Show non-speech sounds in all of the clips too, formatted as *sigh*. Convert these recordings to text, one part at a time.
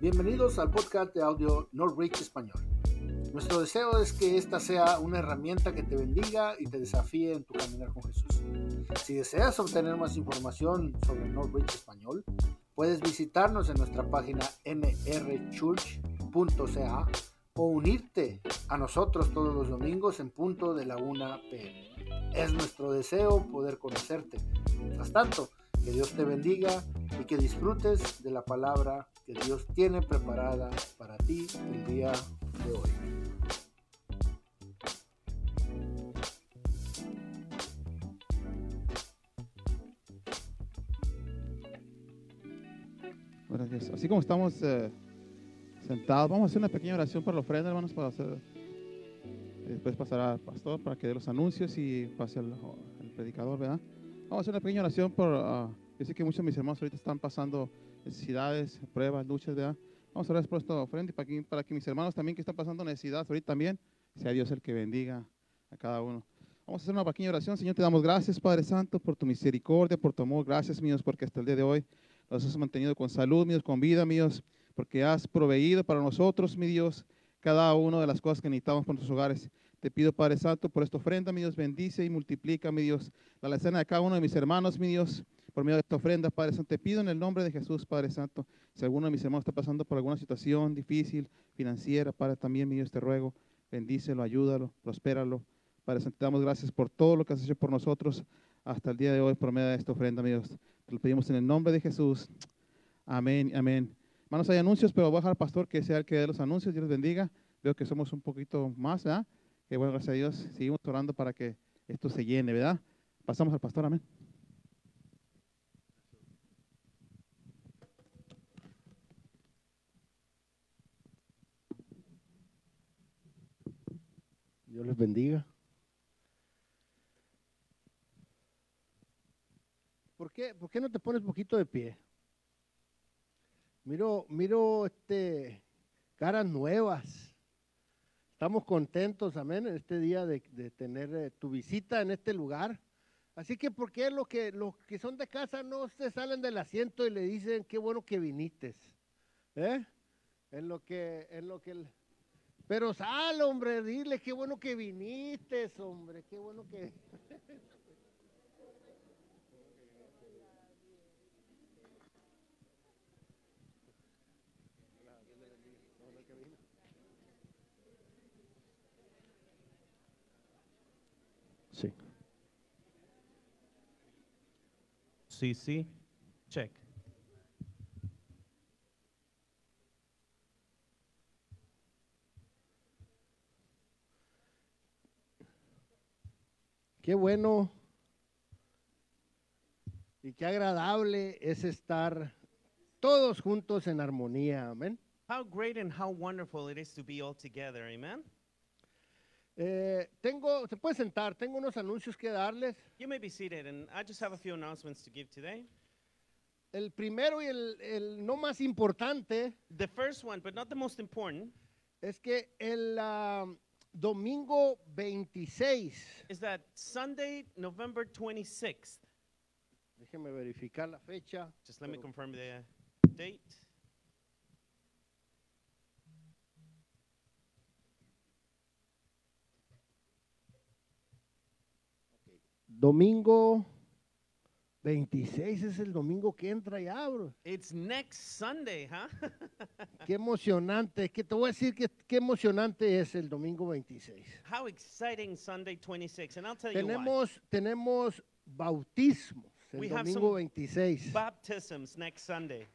Bienvenidos al podcast de audio Norwich Español. Nuestro deseo es que esta sea una herramienta que te bendiga y te desafíe en tu caminar con Jesús. Si deseas obtener más información sobre Norwich Español, puedes visitarnos en nuestra página nrchurch.ca o unirte a nosotros todos los domingos en punto de la 1 pm. Es nuestro deseo poder conocerte. Mientras tanto, que Dios te bendiga y que disfrutes de la palabra que Dios tiene preparada para ti el día de hoy. Gracias. Así como estamos eh, sentados, vamos a hacer una pequeña oración para la ofrenda, hermanos, para hacer, eh, después pasará al pastor para que dé los anuncios y pase al, al predicador, ¿verdad? Vamos a hacer una pequeña oración por, ah, yo sé que muchos de mis hermanos ahorita están pasando necesidades, pruebas, luchas, ¿verdad? Vamos a orar por esta ofrenda y para que, para que mis hermanos también que están pasando necesidades ahorita también, sea Dios el que bendiga a cada uno. Vamos a hacer una pequeña oración, Señor, te damos gracias, Padre Santo, por tu misericordia, por tu amor, gracias, míos, porque hasta el día de hoy nos has mantenido con salud, mi Dios, con vida, mi Dios, porque has proveído para nosotros, mi Dios, cada una de las cosas que necesitamos para nuestros hogares. Te pido, Padre Santo, por esta ofrenda, mi Dios, bendice y multiplica, mi Dios, la alacena de cada uno de mis hermanos, mi Dios, por medio de esta ofrenda, Padre Santo. Te pido en el nombre de Jesús, Padre Santo, si alguno de mis hermanos está pasando por alguna situación difícil, financiera, Padre, también, mi Dios, te ruego, bendícelo, ayúdalo, prospéralo. Padre Santo, te damos gracias por todo lo que has hecho por nosotros hasta el día de hoy por medio de esta ofrenda, mi Dios. Te lo pedimos en el nombre de Jesús. Amén, amén. Hermanos, hay anuncios, pero voy a dejar al pastor que sea el que dé los anuncios. Dios les bendiga. Veo que somos un poquito más, ¿verdad? Que bueno, gracias a Dios, seguimos orando para que esto se llene, ¿verdad? Pasamos al pastor, amén. Dios les bendiga. ¿Por qué, por qué no te pones poquito de pie? Miro, miro este, caras nuevas. Estamos contentos, amén, en este día de, de tener eh, tu visita en este lugar. Así que, ¿por qué los que, los que son de casa no se salen del asiento y le dicen qué bueno que viniste? ¿Eh? En lo que, en lo que. el- Pero sal, hombre, dile qué bueno que viniste, hombre, qué bueno que. Sí. Sí, sí. Check. Qué bueno y qué agradable es estar todos juntos en armonía, amén. How great and how wonderful it is to be all together. Amen. Eh, tengo, se puede sentar, tengo unos anuncios que darles. You may be seated, and I just have a few announcements to give today. El primero y el, el no más importante The first one, but not the most important, es que el ah, domingo 26, is that Sunday, November 26th. déjeme verificar la fecha, Just let me Pero- confirm the date. domingo 26 es el domingo que entra ya, bro. It's next Sunday, huh? *laughs* Qué emocionante, que te voy a decir que qué emocionante es el domingo 26. how exciting Sunday 26th. And I'll tell you why. Tenemos, tenemos bautismos el We have domingo some 26. Baptisms next Sunday.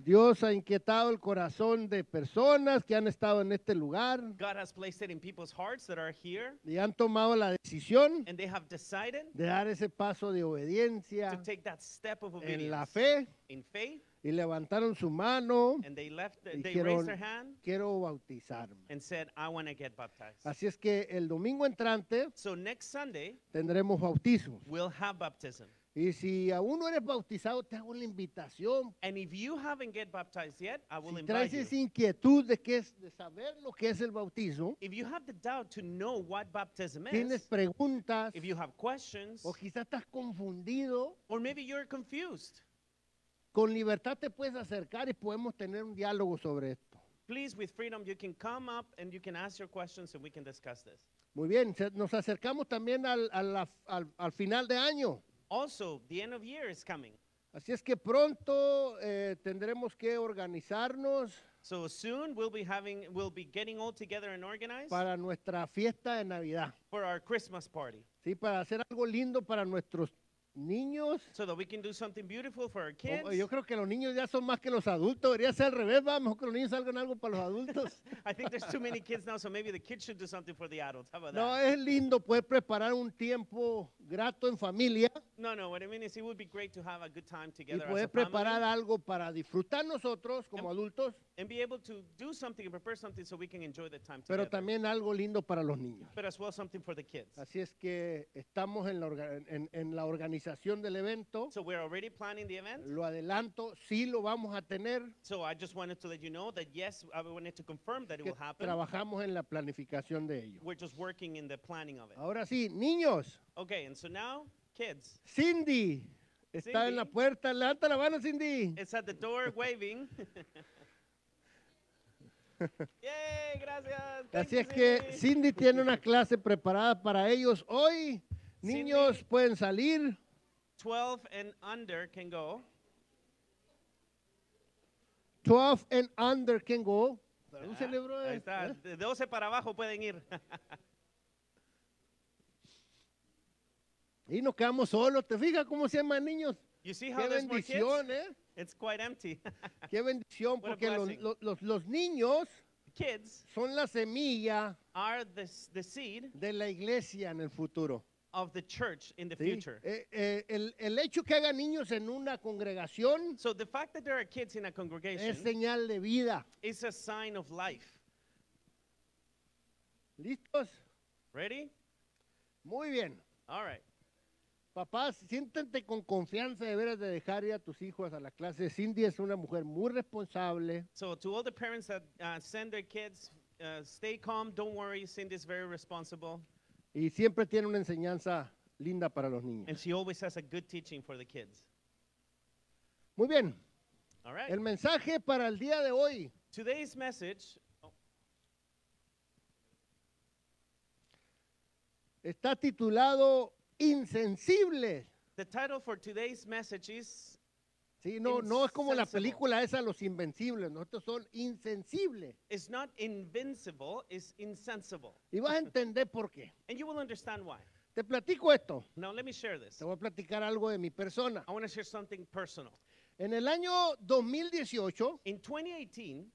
Dios ha inquietado el corazón de personas que han estado en este lugar God has placed it in people's hearts that are here, y han tomado la decisión and they have decided de dar ese paso de to obediencia take that step of obedience en la fe in faith. y levantaron su mano, and they left Y they raised their dijeron- hand quiero bautizarme. and said i want to get baptized Así es que el domingo entrante so next sunday tendremos bautismos. we'll have baptism Y si aún no eres bautizado, te hago la invitación. and if you haven't get baptized yet i will Si invite traes you esa inquietud de, que es, de saber lo que es el bautismo, if you have the doubt to know what baptism tienes is preguntas if you have questions o quizás estás confundido, or maybe you're confused Con libertad te puedes acercar y podemos tener un diálogo sobre esto. Please, with freedom, you can come up and you can ask your questions and we can discuss this. Muy bien, se- nos acercamos también al, a la- al- al final de año. Also, the end of year is coming. Así es que pronto eh, tendremos que organizarnos So soon we'll be having we'll be getting all together and organized para nuestra fiesta de Navidad, for our Christmas party ¿sí? para hacer algo lindo para nuestros niños. so that we can do something beautiful for our kids. Oh, Yo creo que los niños ya son más que los adultos, debería ser al revés, vamos, que los niños salgan algo para los *laughs* adultos. I think there's too many kids now, so maybe the kids should do something for the adults. How about No, that? es lindo poder preparar un tiempo grato en familia No, no, what I mean is it would be great to have a good time y together as a poder family Em, preparar algo para disfrutar nosotros como adultos, and be able to do something and prepare something so we can enjoy the time pero together. también algo lindo para los niños. but as well something for the kids. Así es que estamos en la, orga- en- en la organización del evento. So we're already planning the event. Lo adelanto, sí lo vamos a tener. So I just wanted to let you know that yes, I wanted to confirm that it que will happen. trabajamos en la planificación de ello. We're just working in the planning of it. Ahora sí, niños, Okay, and so now, kids, Cindy está en la Cindy. puerta. Levanta la mano, Cindy. it's at *laughs* the door waving. *laughs* Yay, gracias. Thank Así you, es que Cindy. Cindy tiene una clase preparada para ellos hoy. Niños Cindy. pueden salir. 12 and under can go. 12 and under can go. Tradúcele, brother. Ah, Ahí está, ¿Eh? de 12 para abajo pueden ir. *laughs* Y nos quedamos solos. ¿Te fijas cómo se llaman niños? You see how Qué there's more kids? bendición, ¿eh? It's quite empty. *laughs* Qué bendición, What a porque los, blessing. los- los- los niños kids son la semilla are the, s- the seed de la iglesia en el futuro. of the church in the ¿sí? future. Eh, eh, el, el hecho que hagan niños en una congregación So the fact that there are kids in a congregation es señal de vida. is a sign of life. ¿Listos? Ready? Muy bien. All right. Papás, siéntate con confianza de veras de dejar ir a tus hijos a la clase. Cindy es una mujer muy responsable. So to all the parents that uh, send their kids, uh, stay calm. Don't worry. Cindy's very responsible, Y siempre tiene una enseñanza linda para los niños. and she always has a good teaching for the kids. Muy bien, All right. el mensaje para el día de hoy Today's message está titulado Insensibles. The title for today's message is Sí, no, no es como la Insensible. película esa Los Invencibles, nosotros son insensibles. is not invincible, is insensible. Y vas a entender por qué. And you will understand why. Te platico esto, Now let me share this. te voy a platicar algo de mi persona. I want to share something personal. En el año 2018, In 2018,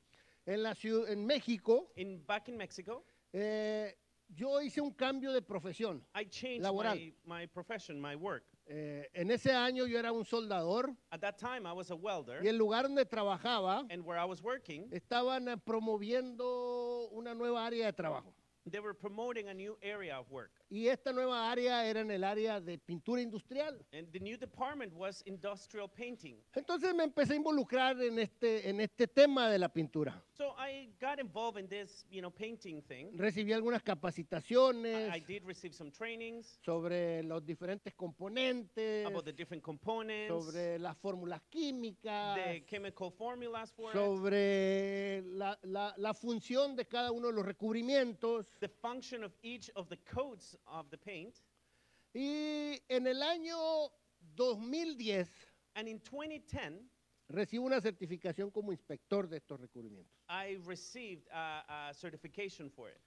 en, la ciu- en México, in back in Mexico, eh, yo hice un cambio de profesión. I changed Laboral. my, my profession, my work. Eh, en ese año yo era un soldador At that time, I was a welder, y el lugar donde trabajaba and where I was working, estaban eh, promoviendo una nueva área de trabajo. they were promoting a new area of work. Y esta nueva área era en el área de pintura industrial. And the new department was industrial painting. Entonces me empecé a involucrar en este, en este tema de la pintura. So I got involved in this, you know, painting thing. Recibí algunas I, I capacitaciones did receive some trainings sobre los diferentes componentes, about the different components, sobre las fórmulas químicas, the chemical formulas for it, sobre la, la- la función de cada uno de los recubrimientos. the function of each of the coats of the paint. Y en el año 2010 And in 2010, recibo una certificación como inspector de estos recubrimientos. I received a, a certification for it.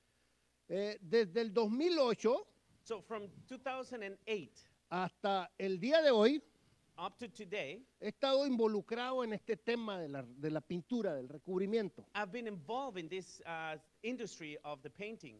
Eh, desde el 2008 So from 2008 hasta el día de hoy up to today, he estado involucrado en este tema de la, de la pintura, del recubrimiento. I've been involved in this uh, industry of the painting.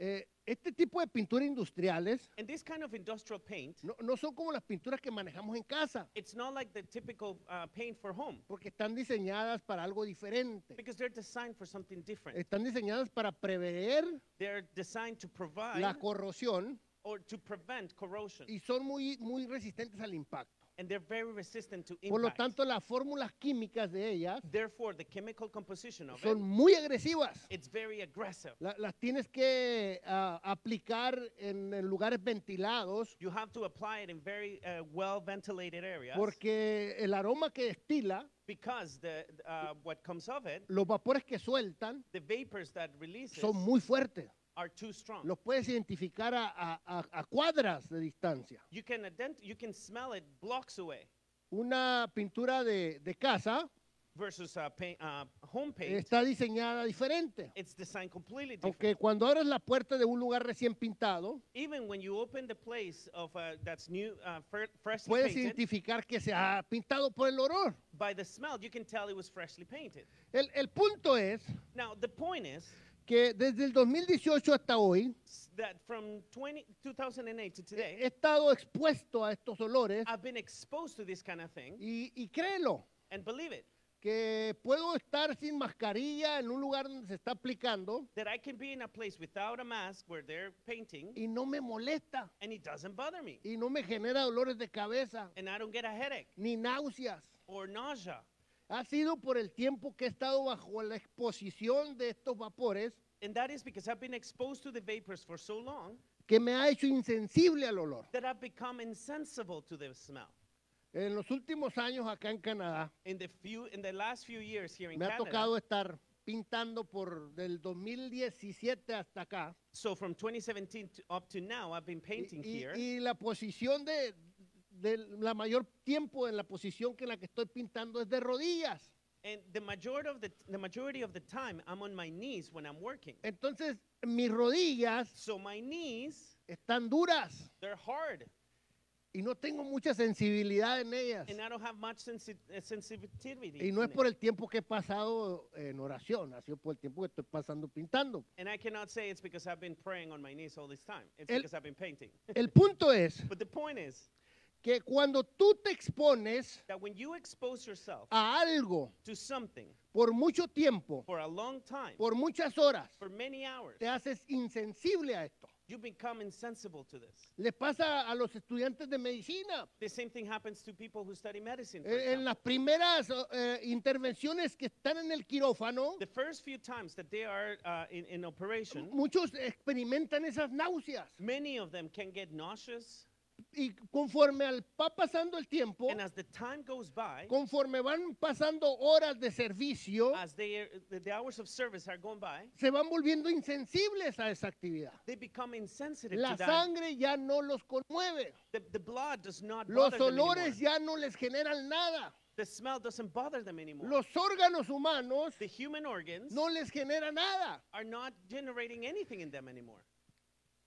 Eh, este tipo de pinturas industriales And this kind of industrial paint, no, no son como las pinturas que manejamos en casa, it's not like the typical uh, paint for home porque están diseñadas para algo diferente. because they're designed for something different. Están diseñadas para prever They're designed to provide la corrosión or to prevent corrosion. y son muy, muy resistentes al impacto. And they're very resistant to Por lo impact. tanto, las fórmulas químicas de ellas Therefore, the chemical composition of it, son muy agresivas. it's very aggressive. La- las tienes que ah, aplicar en, en lugares ventilados You have to apply it in very uh, well ventilated areas porque el aroma que destila, because the uh, what comes of it, los vapores que sueltan, the vapors that releases son muy fuertes. are too strong. Los puedes identificar a, a- a- a cuadras de distancia. You can ident- you can smell it blocks away Una pintura de, de casa versus a pa- uh, home paint. está diseñada diferente. It's designed completely different. Aunque cuando abres la puerta de un lugar recién pintado, Even when you open the place of uh, that's new, uh, fir- freshly puedes painted, identificar que se ha pintado por el olor. by the smell you can tell it was freshly painted. El, el punto es Now the point is que desde el 2018 hasta hoy s- that from 20, 2008 E, to today, he estado expuesto a estos olores I've been exposed to this kind of thing, y, y créelo, and believe it, que puedo estar sin mascarilla en un lugar donde se está aplicando that I can be in a place without a mask where they're painting, y no me molesta and it doesn't bother me, y no me genera dolores de cabeza and I don't get a headache ni náuseas. or nausea. Ha sido por el tiempo que he estado bajo la exposición de estos vapores And that is because I've been exposed to the vapors for so long que me ha hecho insensible al olor. that I've become insensible to the smell. En los últimos años acá en Canadá In the few, in the last few years here in me ha Canada, tocado estar pintando por del 2017 hasta acá so from 2017 to up to now, I've been y, painting y- here, y la posición de, de la mayor tiempo en la posición que en la que estoy pintando es de rodillas. and the majority of the the majority of the time, I'm on my knees when I'm working. Entonces mis rodillas So my knees, están duras they're hard. y no tengo mucha sensibilidad en ellas. And I don't have much sensi- uh, sensitivity. Y no es in por it. el tiempo que he pasado en oración, ha sido por el tiempo que estoy pasando pintando. And I cannot say it's because I've been praying on my knees all this time. It's El- because I've been painting. *laughs* El punto es But the point is que cuando tú te expones that when you expose yourself a algo to something por mucho tiempo, for a long time, por muchas horas, for many hours, te haces insensible a esto. you become insensible to this. Le pasa a los estudiantes de medicina. The same thing happens to people who study medicine. for Eh, En las example. primeras eh, intervenciones que están en el quirófano, the first few times that they are uh, in, in operation, muchos experimentan esas náuseas. many of them can get nauseous. Y conforme al- va pasando el tiempo, And as the time goes by, conforme van pasando horas de servicio, as they, the, the hours of service are going by, se van volviendo insensibles a esa actividad. they become insensitive La to that sangre ya no los conmueve. The, the blood does not Los bother them anymore. olores ya no les generan nada. The smell doesn't bother them anymore. Los órganos humanos the human organs no les genera nada. are not generating anything in them anymore.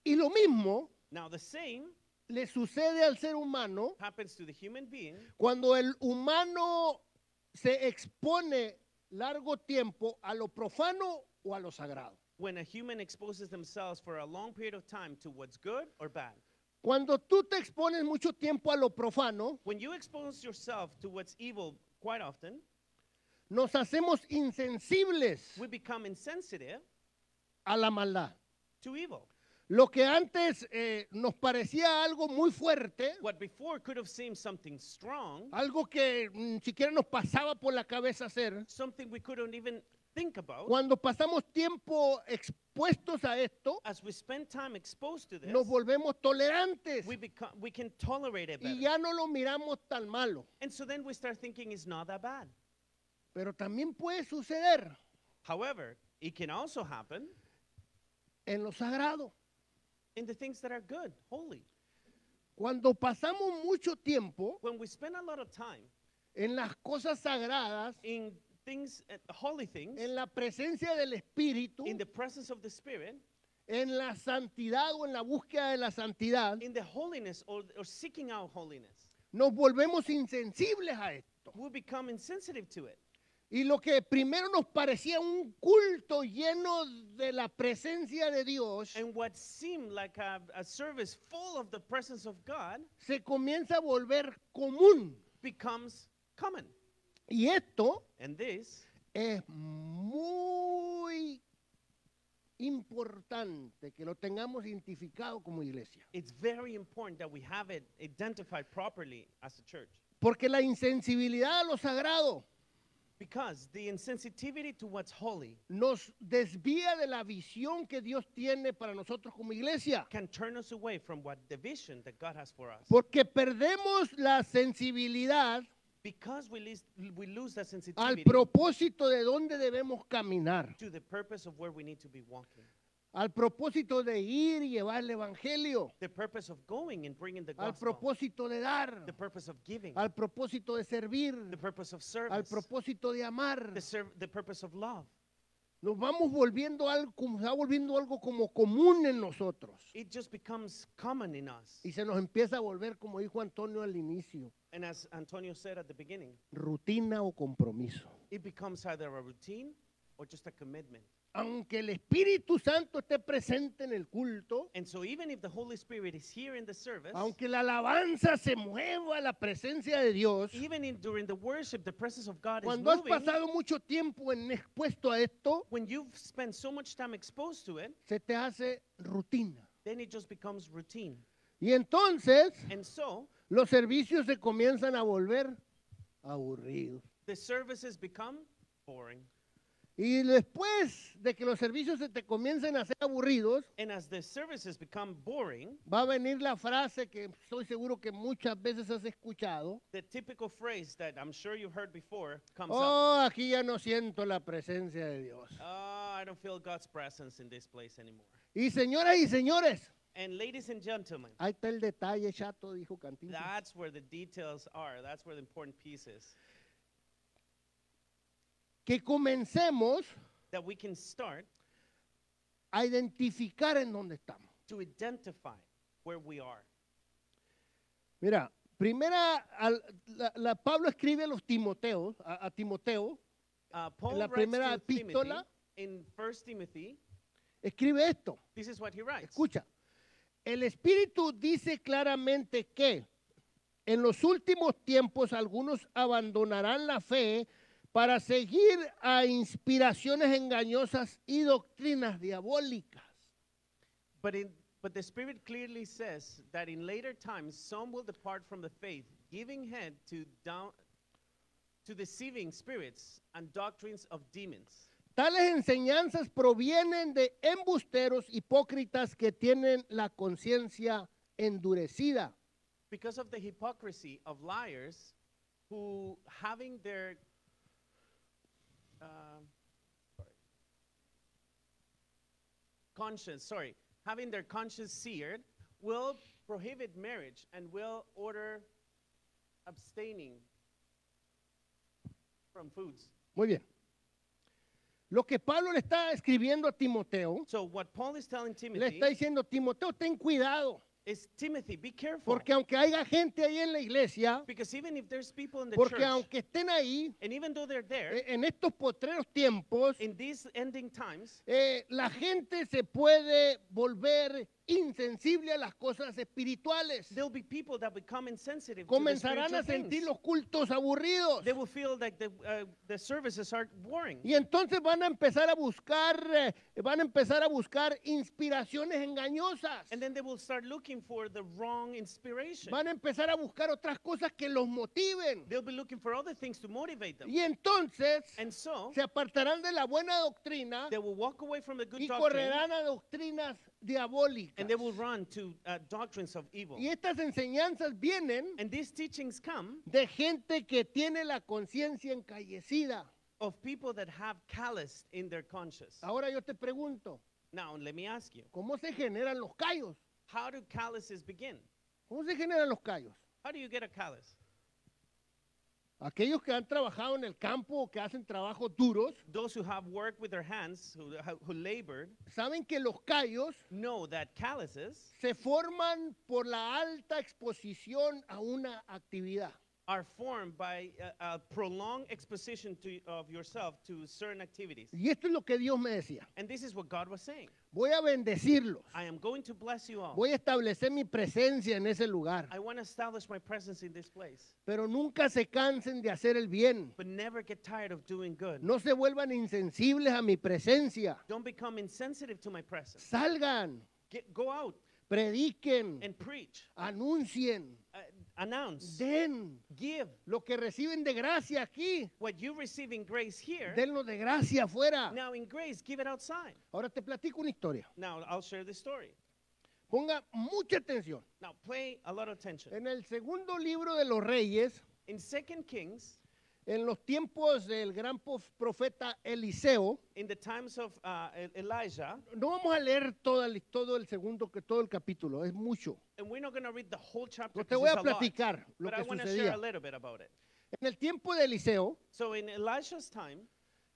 Y lo mismo Now, the same le sucede al ser humano happens to the human being cuando el humano se expone largo tiempo a lo profano o a lo sagrado. when a human exposes themselves for a long period of time to what's good or bad. Cuando tú te expones mucho tiempo a lo profano, When you expose yourself to what's evil quite often, nos hacemos insensibles we become insensitive a la maldad. to evil. Lo que antes eh, nos parecía algo muy fuerte, What before could have seemed something strong, algo que ni siquiera nos pasaba por la cabeza hacer, something we couldn't even think about, cuando pasamos tiempo expuestos a esto, as we spend time exposed to this, nos volvemos tolerantes we, become, we can tolerate it better. y ya no lo miramos tan malo. And so then we start thinking it's not that bad. Pero también puede suceder However, it can also happen en lo sagrado. in the things that are good, holy. Cuando pasamos mucho tiempo When we spend a lot of time en las cosas sagradas, in things, uh, holy things, en la presencia del Espíritu, in the presence of the Spirit, en la santidad o en la búsqueda de la santidad, in the holiness or, or seeking out holiness, nos volvemos insensibles a esto. we become insensitive to it. Y lo que primero nos parecía un culto lleno de la presencia de Dios, And what seemed like a, a service full of the presence of God se comienza a volver común. becomes common. Y esto And this es muy importante que lo tengamos identificado como iglesia. It's very important that we have it identified properly as a church Porque la insensibilidad a lo sagrado because the insensitivity to what's holy nos desvía de la visión que Dios tiene para nosotros como iglesia. can turn us away from what the vision that God has for us. Porque perdemos la sensibilidad because we lose, we lose that al sensitivity propósito de dónde debemos caminar, to the purpose of where we need to be walking, al propósito de ir y llevar el evangelio, the purpose of going and bringing the al gospel, propósito de dar, the purpose of giving, al propósito de servir, the purpose of al service, propósito de amar. the, serv- the purpose of love. Nos vamos volviendo algo, como- se va volviendo algo como común en nosotros. It just becomes common in us. Y se nos empieza a volver, como dijo Antonio al inicio, And as Antonio said at the beginning, rutina o compromiso. it becomes either a routine or just a commitment. Aunque el Espíritu Santo esté presente en el culto, And so even if the Holy Spirit is here in the service, aunque la alabanza se mueva a la presencia de Dios, even in, during the worship, the presence of God is cuando has moving. pasado mucho tiempo en expuesto a esto, When you've spent so much time exposed to it, se te hace rutina. then it just becomes routine. Y entonces And so los servicios se comienzan a volver aburridos. the services become boring. Y después de que los servicios se te comiencen a hacer aburridos, And as the services become boring, va a venir la frase que estoy seguro que muchas veces has escuchado. the typical phrase that I'm sure you've heard before comes up. Oh, aquí ya no siento la presencia de Dios. Oh, I don't feel God's presence in this place anymore. Y señoras y señores, And ladies and gentlemen, ahí está el detalle, chato, dijo Cantinflas. that's where the details are. That's where the important piece is. Que comencemos That we can start a identificar en dónde estamos. to identify where we are. Mira, primera, al- la, la- Pablo escribe a los Timoteos, a, a Timoteo, Uh, Paul la writes primera to Timothy epístola- in 1 Timothy, escribe esto. this is what he writes. Escucha, el Espíritu dice claramente que en los últimos tiempos algunos abandonarán la fe para seguir a inspiraciones engañosas y doctrinas diabólicas. But, in, but the Spirit clearly says that in later times some will depart from the faith, giving head to, down, to deceiving spirits and doctrines of demons. Tales enseñanzas provienen de embusteros hipócritas que tienen la conciencia endurecida. Because of the hypocrisy of liars who, having their. Uh, sorry. conscience, sorry, having their conscience seared, will prohibit marriage and will order abstaining from foods. Muy bien. Lo que Pablo le está escribiendo a Timoteo, So what Paul is le telling Timothy está diciendo, Timoteo, ten cuidado. is Timothy, be careful. Porque aunque haya gente ahí en la iglesia, because even if there's people in the porque church, aunque estén ahí, and even though they're there, eh, en estos potreros tiempos, in these ending times, eh, la gente se puede volver insensible a las cosas espirituales. there'll be people that become insensitive. to the Comenzarán a spiritual things. sentir los cultos aburridos. They will feel like the, uh, the services are boring. Y entonces van a empezar a buscar, eh, van a empezar a buscar inspiraciones engañosas. And then they will start looking for the wrong inspiration. Van a empezar a buscar otras cosas que los motiven. They'll be looking for other things to motivate them. Y entonces And so se apartarán de la buena doctrina they will walk away from the good y doctrine correrán a doctrinas diabólicas. and they will run to uh, doctrines of evil. Y estas enseñanzas vienen And these teachings come de gente que tiene la conciencia encallecida. of people that have calloused in their conscience. Ahora yo te pregunto, Now, let me ask you, ¿cómo se generan los callos? how do calluses begin? ¿Cómo se generan los callos? How do you get a callus? Aquellos que han trabajado en el campo o que hacen trabajos duros, Those who have worked with their hands, who, who labored, saben que los callos know that calluses se forman por la alta exposición a una actividad. are formed by a, a prolonged exposition to, of yourself to certain activities. Y esto es lo que Dios me decía. And this is what God was saying. Voy a bendecirlos. I am going to bless you all. Voy a establecer mi presencia en ese lugar. I want to establish my presence in this place. Pero nunca se cansen de hacer el bien. But never get tired of doing good. No se vuelvan insensibles a mi presencia. Don't become insensitive to my presence. Salgan, Get, go out prediquen, and preach, anuncien, uh, announce, den give. lo que reciben de gracia aquí. What you receive in grace here, Denlo de gracia afuera. now in grace, give it outside. Ahora te platico una historia. Now I'll share this story. Ponga mucha atención. Now play a lot of attention. En el segundo libro de los reyes, In Second Kings, en los tiempos del gran pof- profeta Eliseo, in the times of uh, E- Elijah, no vamos a leer toda la- todo el segundo, que todo el capítulo, es mucho. and we're not going to read the whole chapter. Pero te 'cause voy a it's lot, platicar lo but I que want to share a sucedía. little bit about it. En el tiempo de Eliseo, So in Elijah's time,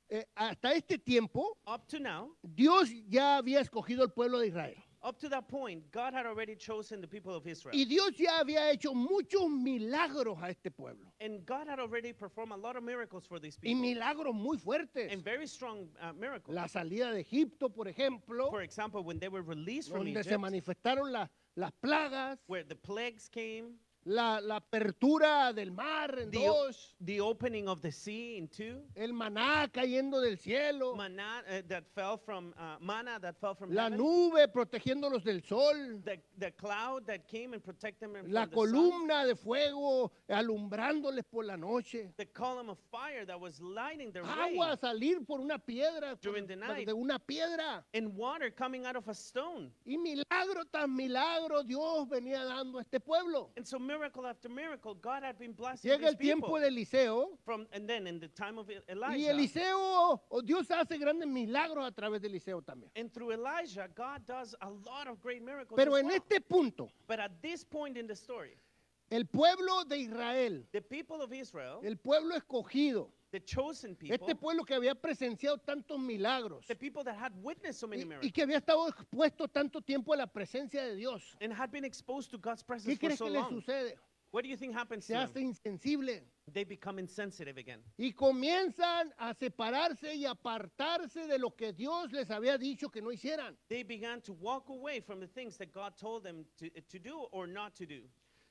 eh, hasta este tiempo, up to now, Dios ya había escogido al pueblo de Israel. up to that point, God had already chosen the people of Israel. Y Dios ya había hecho muchos milagros a este pueblo. And God had already performed a lot of miracles for these Y people. milagros muy fuertes. And very strong uh, miracles. La salida de Egipto, por ejemplo, For example, when they were released from donde se Egypt, manifestaron la- las plagas, where the plagues came, la, la apertura del mar en the, o- dos, the opening of the sea in two, el maná cayendo del cielo, manna uh, that fell from uh, manna that fell from la heaven, nube protegiéndolos del sol, the, the cloud that came and protected them from la the sun, columna de fuego alumbrándoles por la noche, the column of fire that was lighting their agua way, a salir por una piedra, por- During the night. de una piedra. and water coming out of a stone. Y milagro tras milagro Dios venía dando a este pueblo. And so miracle after miracle, God had been blessing Llega these el tiempo people. de Eliseo from, and then in the time of E- y Elijah, Eliseo, oh, Dios hace grandes milagros a través de Eliseo también. and through Elijah, God does a lot of great miracles. Pero as en well. este punto, but at this point in the story, el pueblo de Israel, the people of Israel, el pueblo escogido, the chosen people, este pueblo que había presenciado tantos milagros the people that had witnessed so y, many y miracles que había estado expuesto tanto tiempo a la presencia de Dios, and had been exposed to God's ¿qué presence for crees so que le long. sucede? What do you think happens to Se hace them? insensible They become insensitive again. y comienzan a separarse y apartarse de lo que Dios les había dicho que no hicieran. They began to walk away from the things that God told them to, to do or not to do.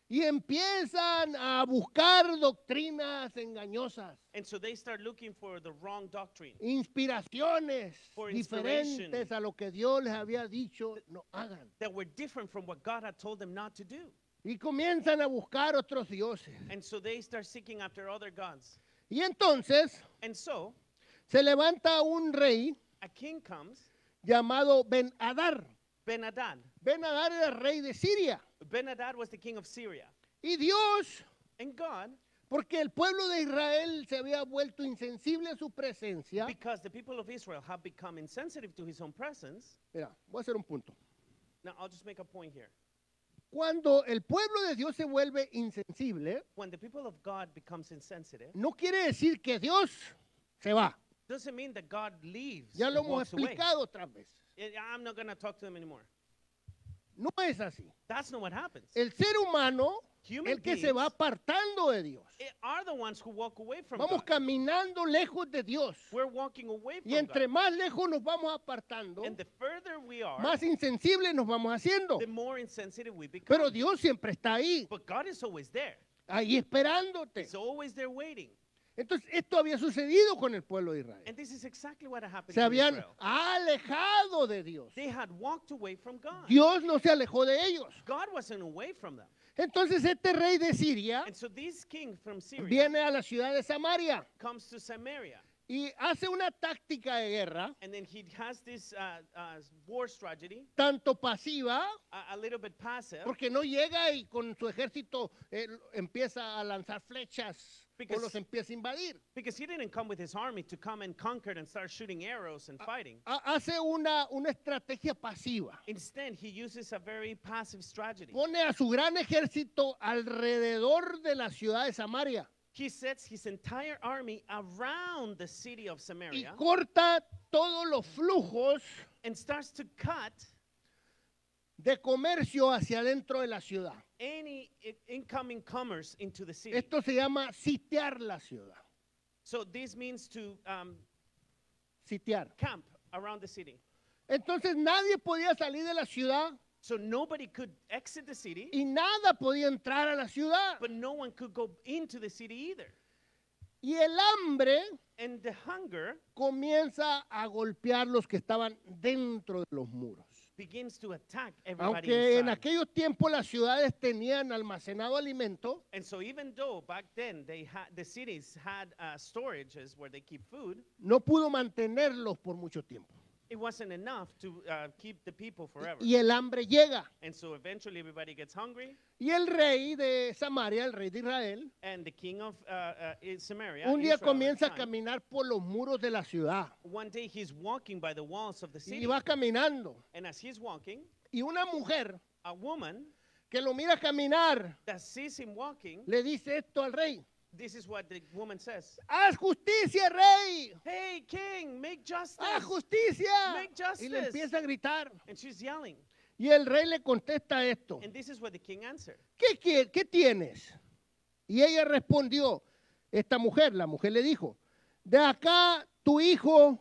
Y empiezan a buscar doctrinas engañosas, And so they start looking for the wrong doctrine, inspiraciones For inspiration. diferentes a lo que Dios les había dicho no hagan. that were different from what God had told them not to do. Y comienzan a buscar otros dioses. And so they start seeking after other gods. Y entonces And so se levanta un rey a king comes, llamado Ben-Hadar. Ben-Hadad. Ben-Hadar era rey de Siria. Ben-Hadad was the king of Syria. Y Dios, And God, porque el pueblo de Israel se había vuelto insensible a su presencia. because the people of Israel have become insensitive to his own presence, Mira, voy a hacer un punto. now I'll just make a point here. Cuando el pueblo de Dios se vuelve insensible, When the people of God becomes insensitive, no quiere decir que Dios se va. doesn't mean that God leaves. Ya lo and hemos walks away. explicado otras veces. Eh, I'm not going to talk to them anymore. No es así. That's not what happens. El ser humano, Human el que se beings va apartando de Dios. eh, are the ones who walk away from Vamos God. caminando lejos de Dios. We're walking away from Y entre God. más lejos nos vamos apartando, And the further we are, más insensibles nos vamos haciendo. the more insensitive we become. Pero Dios siempre está ahí, But God is always there. ahí esperándote. He's always there waiting. Entonces, esto había sucedido con el pueblo de Israel. And this is exactly what happened Se to habían Israel. alejado de Dios. They had walked away from God. Dios no se alejó de ellos. God wasn't away from them. Entonces, este rey de Siria And so this king from Syria viene a la ciudad de Samaria comes to Samaria. y hace una táctica de guerra, And then he has this uh, uh, war strategy, tanto pasiva, a, a little bit passive, porque no llega y con su ejército eh, empieza a lanzar flechas o Because- los empieza a invadir. because he didn't come with his army to come and conquer and start shooting arrows Ah. and fighting. Ha- hace una, una estrategia pasiva. Instead, he uses a very passive strategy. Pone a su gran ejército alrededor de la ciudad de Samaria He sets his entire army around the city of y Samaria corta todos los flujos and starts to cut de comercio hacia adentro de la ciudad. any i- incoming commerce into the city. Esto se llama sitiar la ciudad. So this means to um, Sitiar. camp around the city. Entonces nadie podía salir de la ciudad So nobody could exit the city, y nada podía entrar a la ciudad. but no one could go into the city either. Y el hambre And the hunger comienza a golpear los que estaban dentro de los muros. begins to attack everybody. Aunque en inside. aquellos tiempos las ciudades tenían almacenado alimento, And so even though back then they had the cities had uh, storages where they keep food, no pudo mantenerlos por mucho tiempo. it wasn't enough to uh, keep the people forever. Y el hambre llega. And so eventually everybody gets hungry, Y el rey de Samaria, el rey de Israel, and the king of uh, uh, is Samaria, un día Israel at the comienza a time, caminar por los muros de la ciudad. one day he's walking by the walls of the Y city, va caminando. and as he's walking, Y una mujer a woman que lo mira caminar that sees him walking, le dice esto al rey. this is what the woman says: Haz justicia, rey. "Hey, king, make justice!" Haz justicia. Make Y le justice. empieza a gritar. And she's yelling, Y el rey le contesta esto. and this is what the king answered. ¿Qué, quie- qué tienes? Y ella respondió, esta mujer, la mujer le dijo, de acá tu hijo,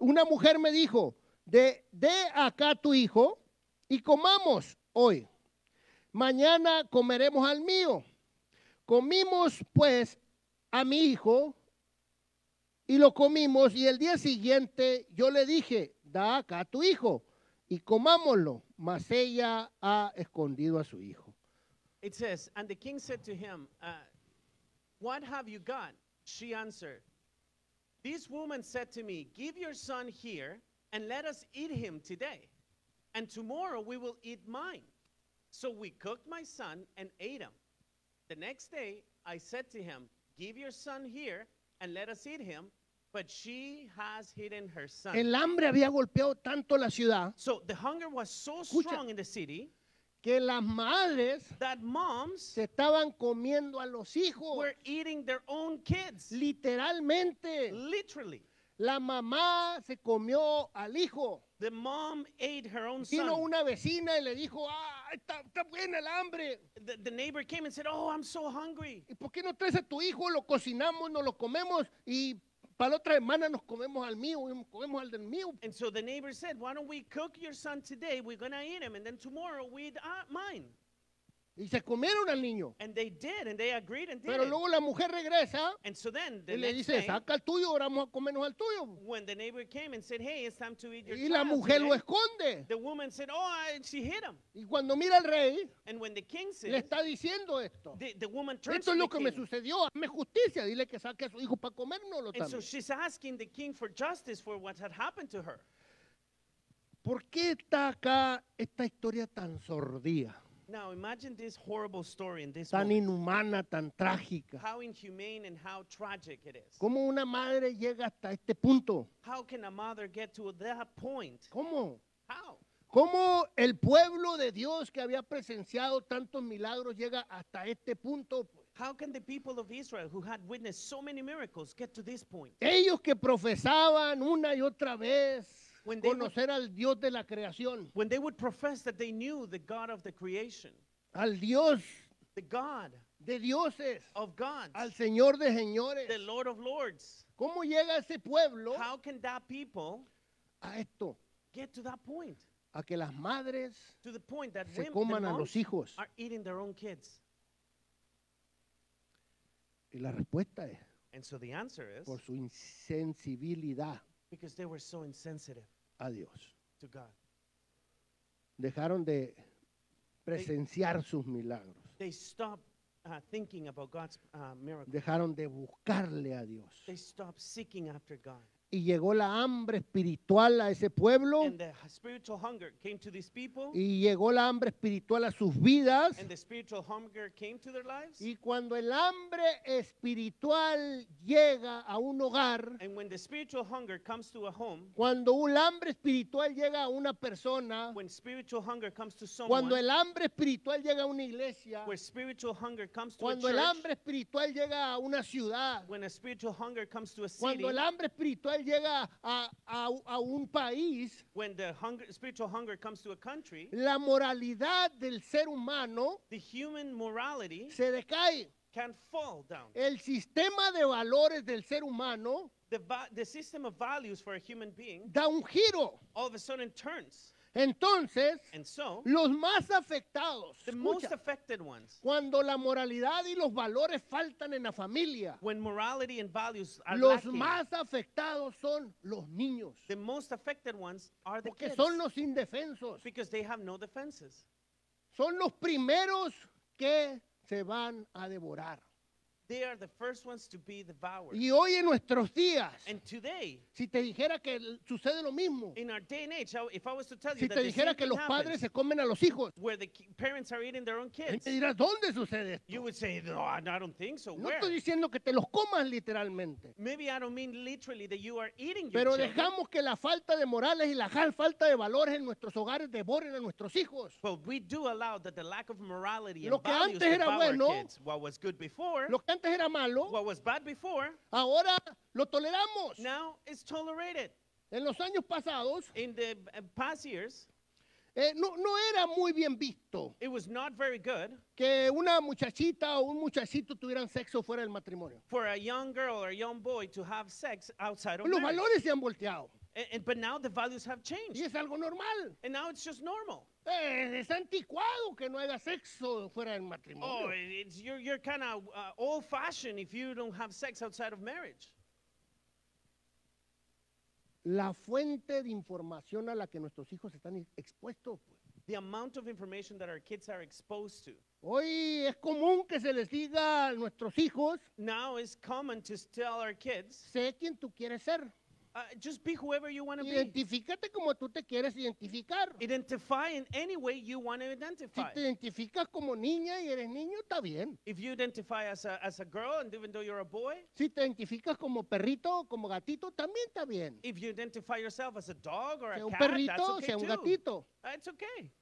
una mujer me dijo, de, de acá tu hijo y comamos hoy. Mañana comeremos al mío. Comimos pues a mi hijo y lo comimos y el día siguiente yo le dije, da acá a tu hijo y comámoslo. Mas ella ha escondido a su hijo. It says, And the king said to him, uh, What have you got? She answered, This woman said to me, Give your son here and let us eat him today. And tomorrow we will eat mine. So we cooked my son and ate him. The next day I said to him, Give your son here and let us eat him. But she has hidden her son. El hambre había golpeado tanto la ciudad so the hunger was so Escucha. strong in the city que las madres that moms se estaban comiendo a los hijos. were eating their own kids. Literalmente, Literally, la mamá se comió al hijo. the mom ate her own son. Vino una vecina y le dijo, ah, está, está buena el hambre. The, the neighbor came and said, "Oh, I'm so hungry. ¿Y por qué no traes a tu hijo? Lo cocinamos, nos lo comemos y para la otra semana nos comemos al mío, y nos comemos al del mío. And so the neighbor said, "Why don't we cook your son today? We're gonna eat him, and then tomorrow we eat uh, mine." Y se comieron al niño. And they did, and they agreed and did. Pero it. luego la mujer regresa and so then the y le next dice, day, saca el tuyo, ahora vamos a comernos al tuyo. when the neighbor came and said, "Hey, it's time to eat your," Y la child mujer lo today," esconde. the woman said, "Oh, I, she hit him." Y cuando mira al rey, And when the king said, le está diciendo esto. the, the woman turns Esto es to lo the que me king. sucedió. Hazme justicia. Dile que saque a su hijo para comérnoslo And so también. she's asking the king for justice for what had happened to her. ¿Por qué está acá esta historia tan sordía, Now imagine this horrible story in this tan moment. inhumana, tan trágica? how inhumane and how tragic it is. ¿Cómo una madre llega hasta este punto? How can a mother get to that point? ¿Cómo? How? ¿Cómo el pueblo de Dios que había presenciado tantos milagros llega hasta este punto? How can the people of Israel who had witnessed so many miracles get to this point? Ellos que profesaban una y otra vez When they would- conocer al Dios de la creación, When they would profess that they knew the God of the creation, al Dios the God de dioses, of gods, al Señor de señores. the Lord of lords, ¿Cómo llega ese pueblo how can that people a esto? get to that point? A que las madres To the point that se women coman the a moms los hijos. are eating their own kids. Y la respuesta es And so the answer is por su insensibilidad because they were so insensitive a Dios. to God. Dejaron de presenciar sus milagros. They stopped uh, thinking about God's uh, miracles. Dejaron de buscarle a Dios. They stopped seeking after God. Y llegó la hambre espiritual a ese pueblo. And the spiritual hunger came to these people, Oh. Y llegó la hambre espiritual a sus vidas. and the spiritual hunger came to their lives. Y cuando el hambre espiritual llega a un hogar, And when the spiritual hunger comes to a home, Cuando un hambre espiritual llega a una persona, when spiritual hunger comes to someone, cuando el hambre espiritual llega a una iglesia, where spiritual hunger comes to a cuando el church, hambre espiritual llega a una ciudad, when a spiritual hunger comes to a city, cuando el hambre espiritual Israel llega a, a- a un país, When the hunger, spiritual hunger comes to a country, la moralidad del ser humano the human morality se decae. can fall down. El sistema de valores del ser humano The, va- the system of values for a human being da un giro. all of a sudden turns. Entonces, And so, los más afectados, the most escucha, affected ones, cuando la moralidad y los valores faltan en la familia, when morality and values are los lacking, más afectados son los niños, the most affected ones are the porque kids son los indefensos, because they have no defenses. son los primeros que se van a devorar. They are the first ones to be devoured. Y hoy en nuestros días, And today, si te dijera que l- sucede lo mismo, in our day and age, I- if I was to tell you si that te the dijera same que thing los padres happens, se comen a los hijos, where the ki- parents are eating their own y kids, te dirás, ¿dónde sucede esto? you would say, no, I I don't think so. No Where? estoy diciendo que te los comas literalmente. Maybe I don't mean literally that you are eating your Pero children, dejamos que la falta de morales y la ja- falta de valores en nuestros hogares devoren a nuestros hijos. but we do allow that the lack of morality Lo and que values antes era devour bueno, kids. What was good before, Lo que antes era malo, what was bad before, ahora lo toleramos. now is tolerated. En los años pasados In the uh, past years, eh, no, no era muy bien visto it was not very good que una muchachita o un muchachito tuvieran sexo fuera del matrimonio. for a young girl or a young boy to have sex outside of Los marriage. valores se han volteado And, and- but now the values have y changed. es algo normal. And now it's just normal. Eh, es anticuado que no haya sexo fuera del Oh, matrimonio. it- it's, you're, you're kind of uh, old fashioned if you don't have sex outside of marriage. La fuente de información a la que nuestros hijos están expuestos. pues. The amount of information that our kids are exposed to. Hoy es común que se les diga a nuestros hijos, Now it's common to tell our kids sé quién tú quieres ser. uh, just be whoever you want to be. Identifícate como tú te quieres identificar. Identify in any way you want to Si identify. te identificas como niña y eres niño, está bien. If you identify as a, as a girl, and even though you're a boy, Si te identificas como perrito o como gatito, también está bien. if you identify yourself as a dog or a Sea un cat, that's perrito, okay sea un too. gatito. Uh, It's okay.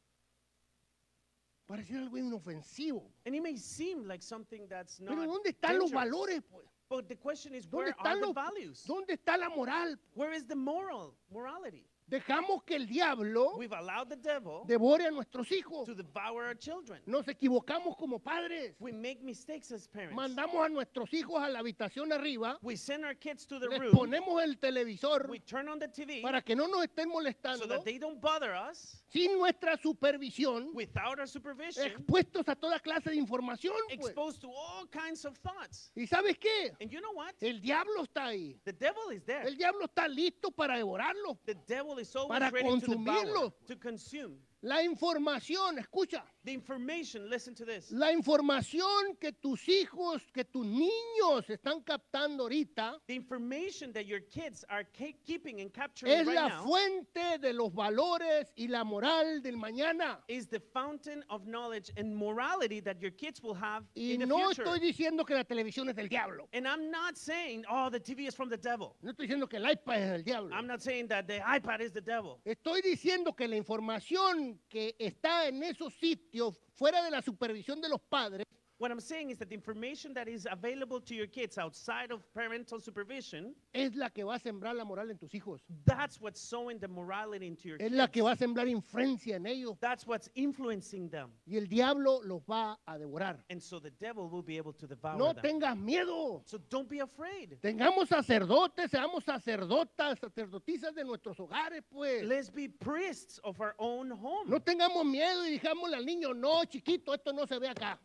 Parece algo inofensivo. And it may seem like something that's not. Pero ¿dónde están los dangerous. valores? pues? But the question is, ¿Dónde where are están the los- values? ¿Dónde está la moral? Where is the moral morality? Dejamos que el diablo We've allowed the devil devore a nuestros hijos. to devour our children. Nos equivocamos como padres. We make mistakes as parents. Mandamos a nuestros hijos a la habitación arriba We send our kids to the les room. ponemos el televisor We turn on the TV para que no nos estén so molestando that they don't bother us sin nuestra supervisión, without our supervision, expuestos a toda clase de información. pues. exposed to all kinds of thoughts. ¿Y sabes qué? And you know what? El diablo está ahí. The devil is there. El diablo está listo para devorarlos. The devil is always Para ready to devour, consumirlo. to consume. La información, escucha, The information, listen to this. la información que tus hijos, que tus niños están captando ahorita, The information that your kids are ca- keeping and capturing es right la now fuente de los valores y la moral del mañana. is the fountain of knowledge and morality that your kids will have Y in the no future. estoy diciendo que la televisión es del diablo. And I'm not saying, oh, the TV is from the devil. No estoy diciendo que el iPad es del diablo. I'm not saying that the iPad is the devil. Estoy diciendo que la información que está en esos sitios, fuera de la supervisión de los padres, What I'm saying is that the information that is available to your kids outside of parental supervision, es la que va a sembrar la moral en tus hijos. that's what's sowing the morality into your Es kids. la que va a sembrar influencia en ellos. That's what's influencing them. Y el diablo los va a devorar. And so the devil will be able to devour No them. tengas miedo. So don't be afraid. Tengamos sacerdotes, seamos sacerdotas, sacerdotisas de nuestros hogares, pues. Let's be priests of our own home. No tengamos miedo y digámosle al niño, no, chiquito, esto no se ve acá.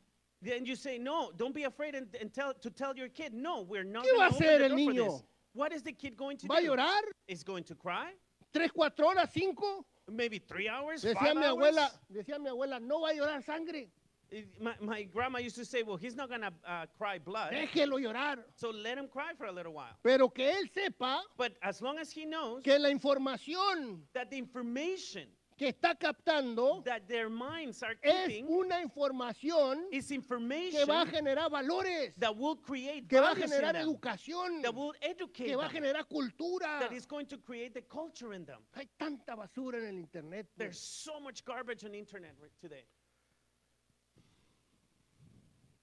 Then you say, no, don't be afraid and, and tell, to tell your kid, no, we're not ¿Qué going va a to hacer open the el door for niño? this. What is the kid going to ¿Va a do? llorar? Is going to cry? ¿Tres, cuatro horas, cinco? Maybe three hours, Decía five mi hours? abuela, decía mi abuela, no va a llorar sangre. It- My, my grandma used to say, well, he's not going to uh, cry blood, Déjelo llorar. so let him cry for a little while. Pero que él sepa But as long as he knows que la información that the information que está captando that their minds are es keeping una información is que information va a generar valores, that will create que va a values in generar them, educación, that will educate que va a them, generar cultura. that is going to create the culture in them. Hay tanta basura en el internet. pues. There's so much garbage on the internet right today.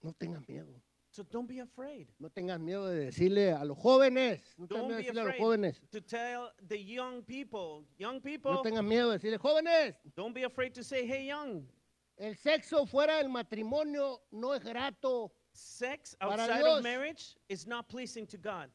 No tengas miedo. So don't be afraid No tengas miedo de decirle a los jóvenes, no tengas Don't miedo de be decirle a los afraid. jóvenes, to tell the young people, young no people, tengas miedo de decirle, jóvenes, don't be afraid to say, hey, young, el sexo fuera del matrimonio no es grato, sex Para outside Dios. of marriage is not pleasing to God.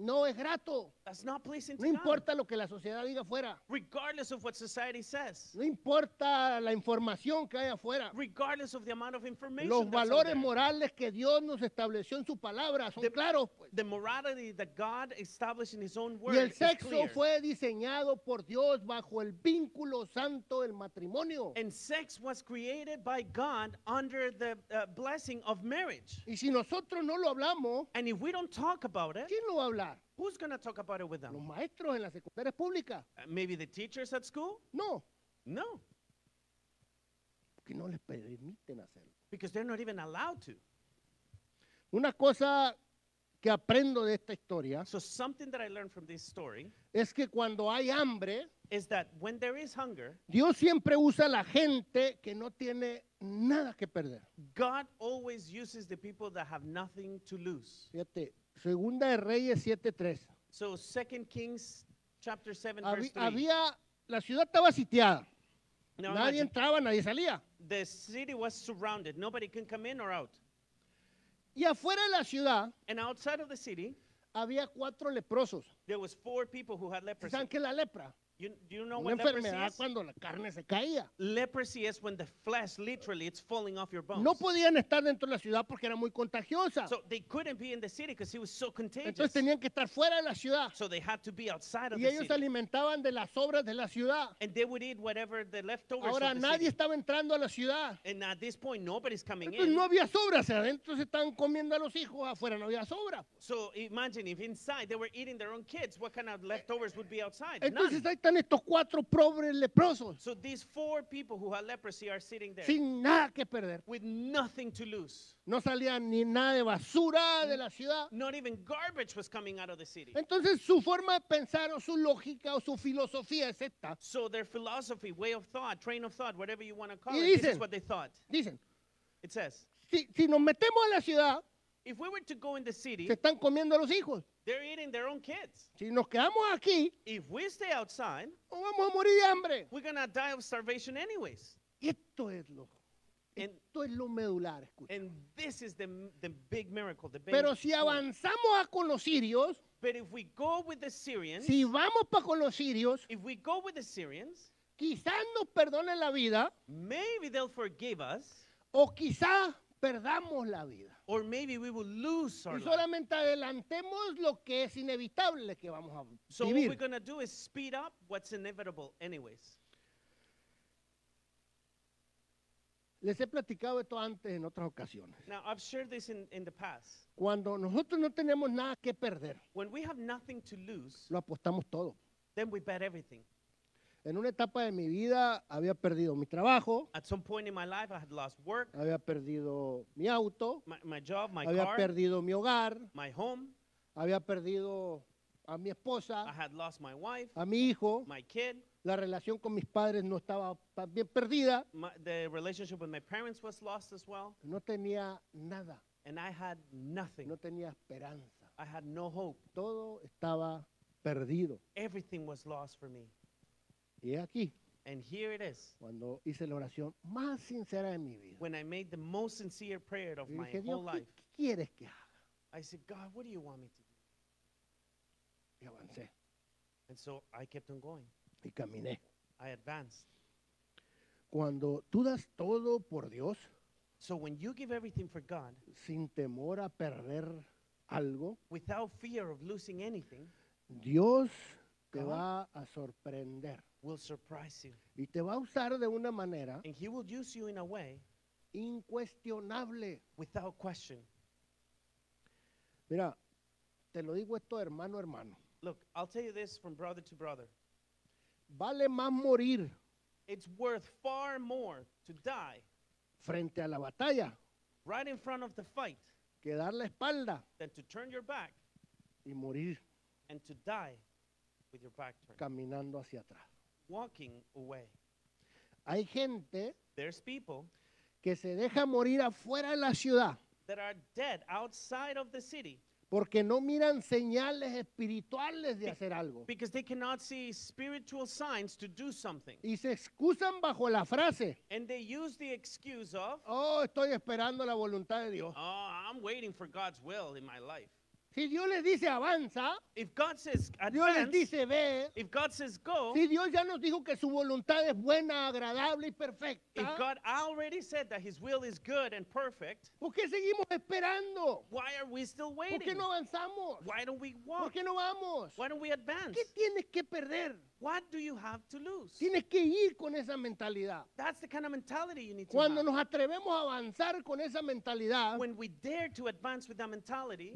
no es grato. That's not pleasing to No God. importa lo que la sociedad diga afuera, Regardless of what society says, no importa la información que hay afuera, regardless of the amount of information, los that's out valores there. morales que Dios nos estableció en su palabra son De- claros. pues. the morality that God established in His own word. Y el is sexo clear. fue diseñado por Dios bajo el vínculo santo del matrimonio. And sex was created by God under the uh, blessing of marriage. Y si nosotros no lo hablamos, And if we don't talk about it, ¿quién lo va a hablar? who's going to talk about it with them? ¿Los maestros en las secundarias públicas? Uh, Maybe the teachers at school? No, No, porque no les permiten hacerlo. because they're not even allowed to. Una cosa que aprendo de esta historia So, something that I learned from this story es que cuando hay hambre, is that when there is hunger, Dios siempre usa a la gente que no tiene nada que perder. God always uses the people that have nothing to lose. Fíjate, Segunda de Reyes 7:3. So, 2 Kings chapter 7, verse Habí- 3. Había, la ciudad estaba sitiada. Now nadie imagine, entraba, nadie salía. the city was surrounded. Nobody can come in or out. Y afuera de la ciudad And outside of the city, había cuatro leprosos. there was four people who had ¿Sí leprosy. ¿Saben qué es la lepra? You, do you know Una what leprosy enfermedad is? cuando la carne se caía. Leprosy is when the flesh literally it's falling off your bones. No podían estar dentro de la ciudad porque era muy contagiosa. So they couldn't be in the city because it was so Entonces contagious. tenían que estar fuera de la ciudad. So they had to be outside of Y the ellos se city. alimentaban de las obras de la ciudad. And they would eat whatever the leftovers Ahora of the nadie city. estaba entrando a la ciudad. And at this point, nobody's coming Entonces in. no había sobras. Adentro se estaban comiendo a los hijos, afuera no había sobra. So imagine if inside they were eating their own kids, what kind of leftovers would be outside? Entonces None. ahí están estos cuatro pobres leprosos So these four people who had leprosy are sitting there sin nada que perder. with nothing to lose. No salían ni nada de basura de la ciudad. Not even garbage was coming out of the city. Entonces su forma de pensar o su lógica o su filosofía es esta. So their philosophy, way of thought, train of thought, whatever you want to call Y it, this dicen- is what they thought. Dicen, It says, si, si nos metemos a la ciudad, if we were to go in the city, se están comiendo a los hijos. they're eating their own kids. Si nos quedamos aquí, If we stay outside, nos vamos a morir de hambre. we're gonna die of starvation anyways. Esto es lo, En- esto es lo medular, escucha. And this is the m- the big miracle. The big Pero si point. avanzamos a con los sirios, But if we go with the Syrians, si vamos para con los sirios, if we go with the Syrians, quizás nos perdonen la vida maybe they'll forgive us, o quizás perdamos la vida. or maybe we will lose our Y life. solamente adelantemos lo que es inevitable que vamos a So what we're vivir. gonna do is speed up what's inevitable anyways. Les he platicado esto antes en otras ocasiones. Now I've shared this in, in the past. Cuando nosotros no tenemos nada que perder, When we have nothing to lose, lo apostamos todo. then we bet everything. En una etapa de mi vida había perdido mi trabajo, At some point in my life, I had lost work, había perdido mi auto, my, my job, my había car, perdido mi hogar, my home. había perdido a mi I esposa, had lost my wife, a mi hijo, my kid. la relación con mis padres no estaba pa- bien perdida, My, the relationship with my parents was lost as well, no tenía nada, and I had nothing. no tenía esperanza, I had no hope. todo estaba perdido. Everything was lost for me. Y es aquí And here it is. cuando hice la oración más sincera de mi vida. When I made the most sincere prayer of Y my dije, Dios, whole ¿qué life, quieres que haga? I said, God, what do you want me to do? Y avancé And so I kept on going. y caminé. I advanced. Cuando tú das todo por Dios, So when you give everything for God sin temor a perder algo, without fear of losing anything, Dios te Ajá. va a sorprender will surprise you. y te va a usar de una manera And He will use you in a way incuestionable. without question. Mira, te lo digo esto hermano, hermano. Look, I'll tell you this from brother to brother. Vale más morir It's worth far more to die frente a la batalla right in front of the fight que dar la espalda than to turn your back y morir and to die with your back turned, caminando hacia atrás. walking away. Hay gente There's people que se deja morir afuera de la ciudad that are dead outside of the city porque no miran señales espirituales de hacer algo. because they cannot see spiritual signs to do something. Y se excusan bajo la frase, And they use the excuse of, oh, estoy esperando la voluntad de Dios. oh, I'm waiting for God's will in my life. Si Dios les dice avanza, If God says Dios les advance, dice ve, if God says go, si Dios ya nos dijo que su voluntad es buena, agradable y if perfecta, God already said that his will is good and perfect, ¿por qué seguimos esperando? why are we still ¿Por qué waiting? no avanzamos? Why don't we ¿Por walk? qué no vamos? Why don't we advance? ¿Qué tienes que perder? What do you have to lose? Tienes que ir con esa mentalidad. That's the kind of mentality you need to Cuando have. nos atrevemos a avanzar con esa mentalidad, When we dare to advance with that mentality,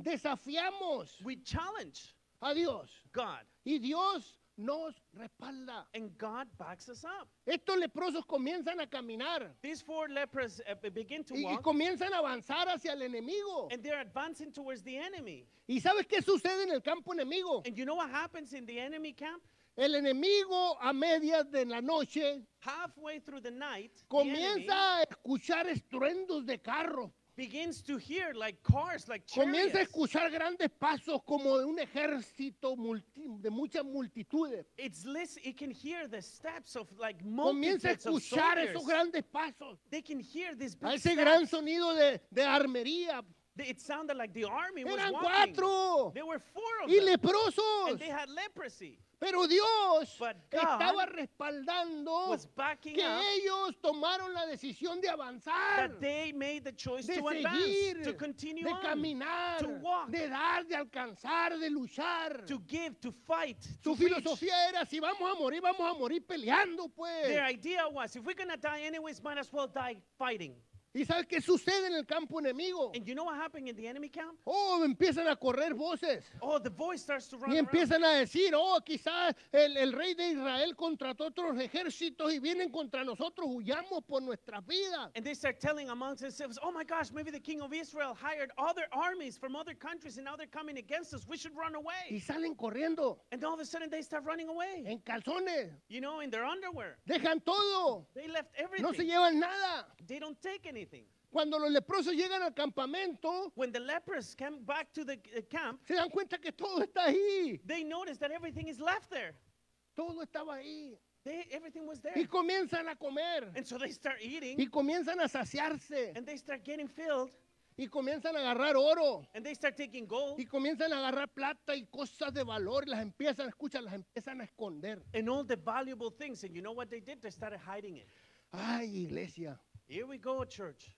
desafiamos we challenge a Dios God, y Dios nos respalda. and God backs us up. Estos leprosos comienzan a caminar These four lepers uh, b- begin to y, y walk, comienzan a avanzar hacia el enemigo. and they're advancing towards the enemy. ¿Y sabes qué sucede en el campo enemigo? And you know what happens in the enemy camp? El enemigo a medias de la noche Halfway through the night, the enemy comienza a escuchar estruendos de carro, begins to hear like cars, like comienza a chariots. escuchar grandes pasos como de un ejército multi- de muchas multitudes. It's lis- it can hear the steps of like Comienza a multitudes of escuchar esos soldiers. grandes pasos, They can hear this a big ese gran steps. sonido de, de armería. They- It sounded like the army was Eran walking. cuatro There were four of y them, leprosos. and they had leprosy. Pero Dios But God estaba respaldando Was backing que up ellos tomaron la decisión de avanzar, that they made the choice de to advance, to seguir, continue de on, caminar, to walk. de dar, de alcanzar, de luchar. to give, to fight, Su to reach. filosofía era, si vamos a morir, vamos a morir peleando, Their pues. idea was, if we're gonna die anyways, might as well die fighting. ¿Y sabes qué sucede en el campo enemigo? And you know what happened in the enemy camp? Oh, empiezan a correr voces. Oh, the voice starts to run Y around. empiezan a decir, oh, quizás el, el rey de Israel contrató otros ejércitos y vienen contra nosotros, huyamos por nuestras vidas. And they start telling amongst themselves, oh my gosh, maybe the king of Israel hired other armies from other countries and now they're coming against us. We should run Y away. salen corriendo And all of a sudden they start running away, en calzones, you know, in their underwear. dejan todo, They left no se everything. llevan nada. They don't take anything. Cuando los leprosos llegan al campamento, When the lepers came back to the uh, camp, se dan cuenta que todo está ahí, they noticed that everything is left there. todo estaba ahí. They, everything was there. Y comienzan a comer, And so they start y eating comienzan a saciarse, and they start getting filled y comienzan a agarrar oro, and they start taking gold y comienzan a agarrar plata y cosas de valor, las empiezan, escucha, las empiezan a esconder. and all the valuable things. And you know what they did? They started hiding it. Ay, iglesia, Here we go, church.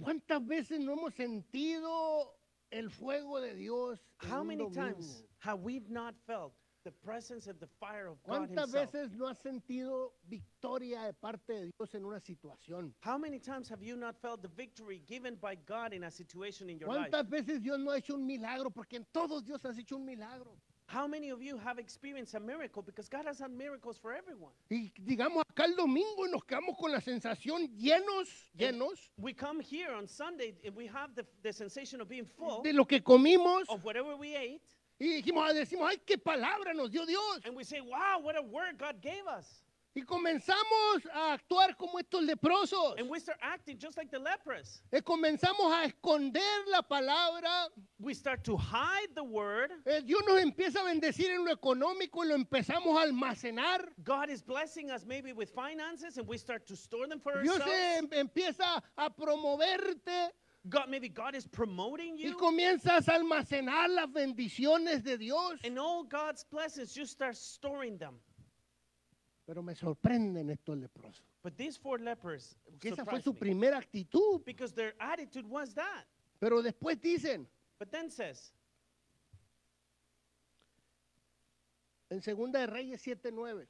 ¿cuántas veces no hemos sentido el fuego de Dios? en How un many times domingo? have we not felt the presence of the fire of God ¿Cuántas Himself? veces no has sentido victoria de parte de Dios en una situación? How many times have you not felt the victory given by God in a situation in your life? ¿Cuántas veces Dios no ha hecho un milagro? Porque en todos Dios has hecho un milagro. How many of you have experienced a miracle? Because God has had miracles for everyone. Y digamos acá el domingo y nos quedamos con la sensación llenos, llenos We come here on Sunday and we have the, the sensation of being full de lo que comimos of whatever we ate, y dijimos, ah, decimos, ay, qué palabra nos dio Dios. and we say, wow, what a word God gave us. Y comenzamos a actuar como estos leprosos. And we start acting just like the lepers. Y comenzamos a esconder la palabra. We start to hide the word. Eh, Dios nos empieza a bendecir en lo económico y lo empezamos a almacenar. God is blessing us maybe with finances and we start to store them for Dios ourselves. eh, em- empieza a promoverte God, maybe God is promoting y you, comienzas a almacenar las bendiciones de Dios. and all God's blessings, you start storing them. Pero me sorprenden estos leprosos. But these four lepers, Que esa fue surprised su me, primera actitud. because their attitude was that. Pero después dicen, But then says en Segunda de Reyes 7.9,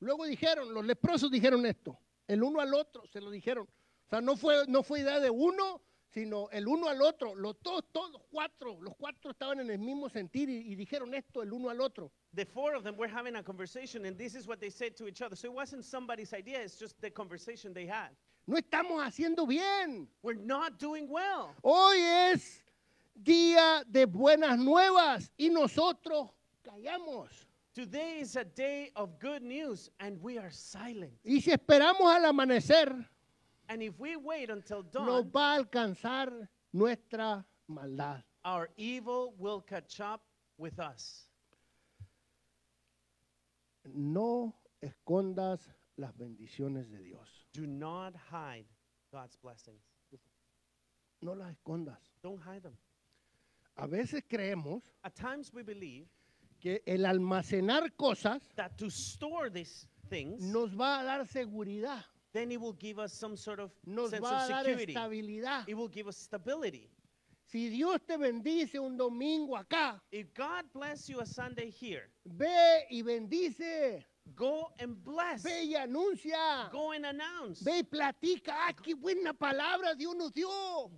luego dijeron, los leprosos dijeron esto, el uno al otro se lo dijeron. O sea, no fue, no fue idea de uno, sino el uno al otro. Los dos, todos cuatro, los cuatro estaban en el mismo sentir y- y dijeron esto el uno al otro. the four of them were having a conversation, and this is what they said to each other. So it wasn't somebody's idea; it's just the conversation they had. No estamos haciendo bien. We're not doing well. Hoy es día de buenas nuevas y nosotros callamos. Today is a day of good news, and we are silent. Y si esperamos al amanecer, And if we wait until nos dawn, va a alcanzar nuestra maldad. our evil will catch up with us. No escondas las bendiciones de Dios. Do not hide God's blessings. No las escondas. Don't hide them. A veces creemos At times we believe que el almacenar cosas that to store these things, nos va a dar seguridad, then it will give us some sort of nos sense va of a dar security. estabilidad. It will give us stability. Si Dios te bendice un domingo acá, If God bless you a Sunday here, ve y bendice, go and bless. ve y anuncia, Go and announce. ve y platica. ¡Ah, qué buena palabra Dios nos dio!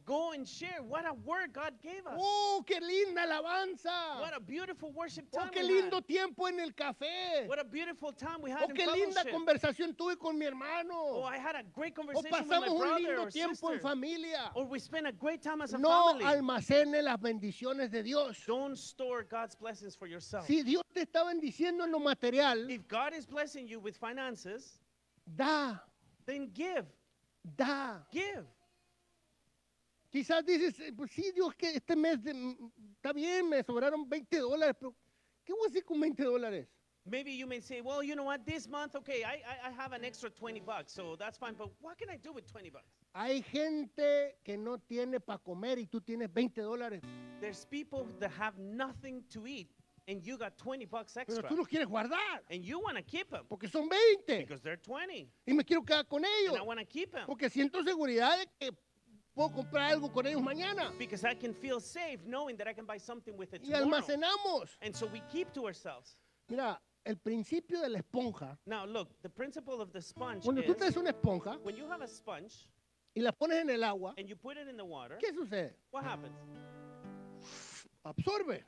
Go and share. What a word God gave us. ¡Oh, qué linda alabanza! What a beautiful worship ¡Oh, time. qué we lindo tiempo en el café! had. What a beautiful time we had ¡Oh, in qué linda fellowship. conversación tuve con mi Oh, hermano! I had a great ¡Oh, conversation with my pasamos un brother lindo or tiempo en sister. familia! Or we spent a great time as a No family. almacene las bendiciones de Dios. Don't store God's blessings for yourself. Si Dios te está bendiciendo en lo material, If God is blessing you with finances, da, then give. da. Give. Quizás dices, eh, pues sí, Dios, que este mes de- mm, está bien, me sobraron 20 dólares, pero ¿qué voy a hacer con 20 dólares? Maybe you may say, well, you know what, this month, okay, I, I, I have an extra 20 bucks, so that's fine, but what can I do with 20 bucks? Hay gente que no tiene para comer y tú tienes 20 dólares, There's people that have nothing to eat, and you got 20 bucks pero extra, tú los quieres guardar and you want to keep them porque son 20 because they're 20, y me quiero quedar con and ellos I want to keep them porque siento seguridad de que puedo comprar algo con ellos mañana because I can feel safe knowing that I can buy something with it y tomorrow. almacenamos. And so we keep to ourselves. Mira, el principio de la esponja, Now, look, the principle of the sponge cuando tú is traes una esponja when you have a sponge y la pones en el agua, and you put it in the water, ¿qué sucede? what happens? Absorbe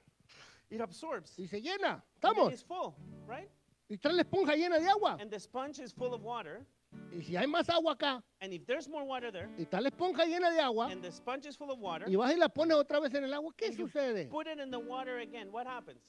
It absorbs. y se llena. and then ¿Estamos? It's full, right? y trae la esponja llena de agua. And the sponge is full of water. Y si hay más agua acá, And if there's more water there, y está la esponja llena de agua, and the sponge is full of water, y vas y la pones otra vez en el agua, ¿qué and you sucede? put it in the water again, what happens?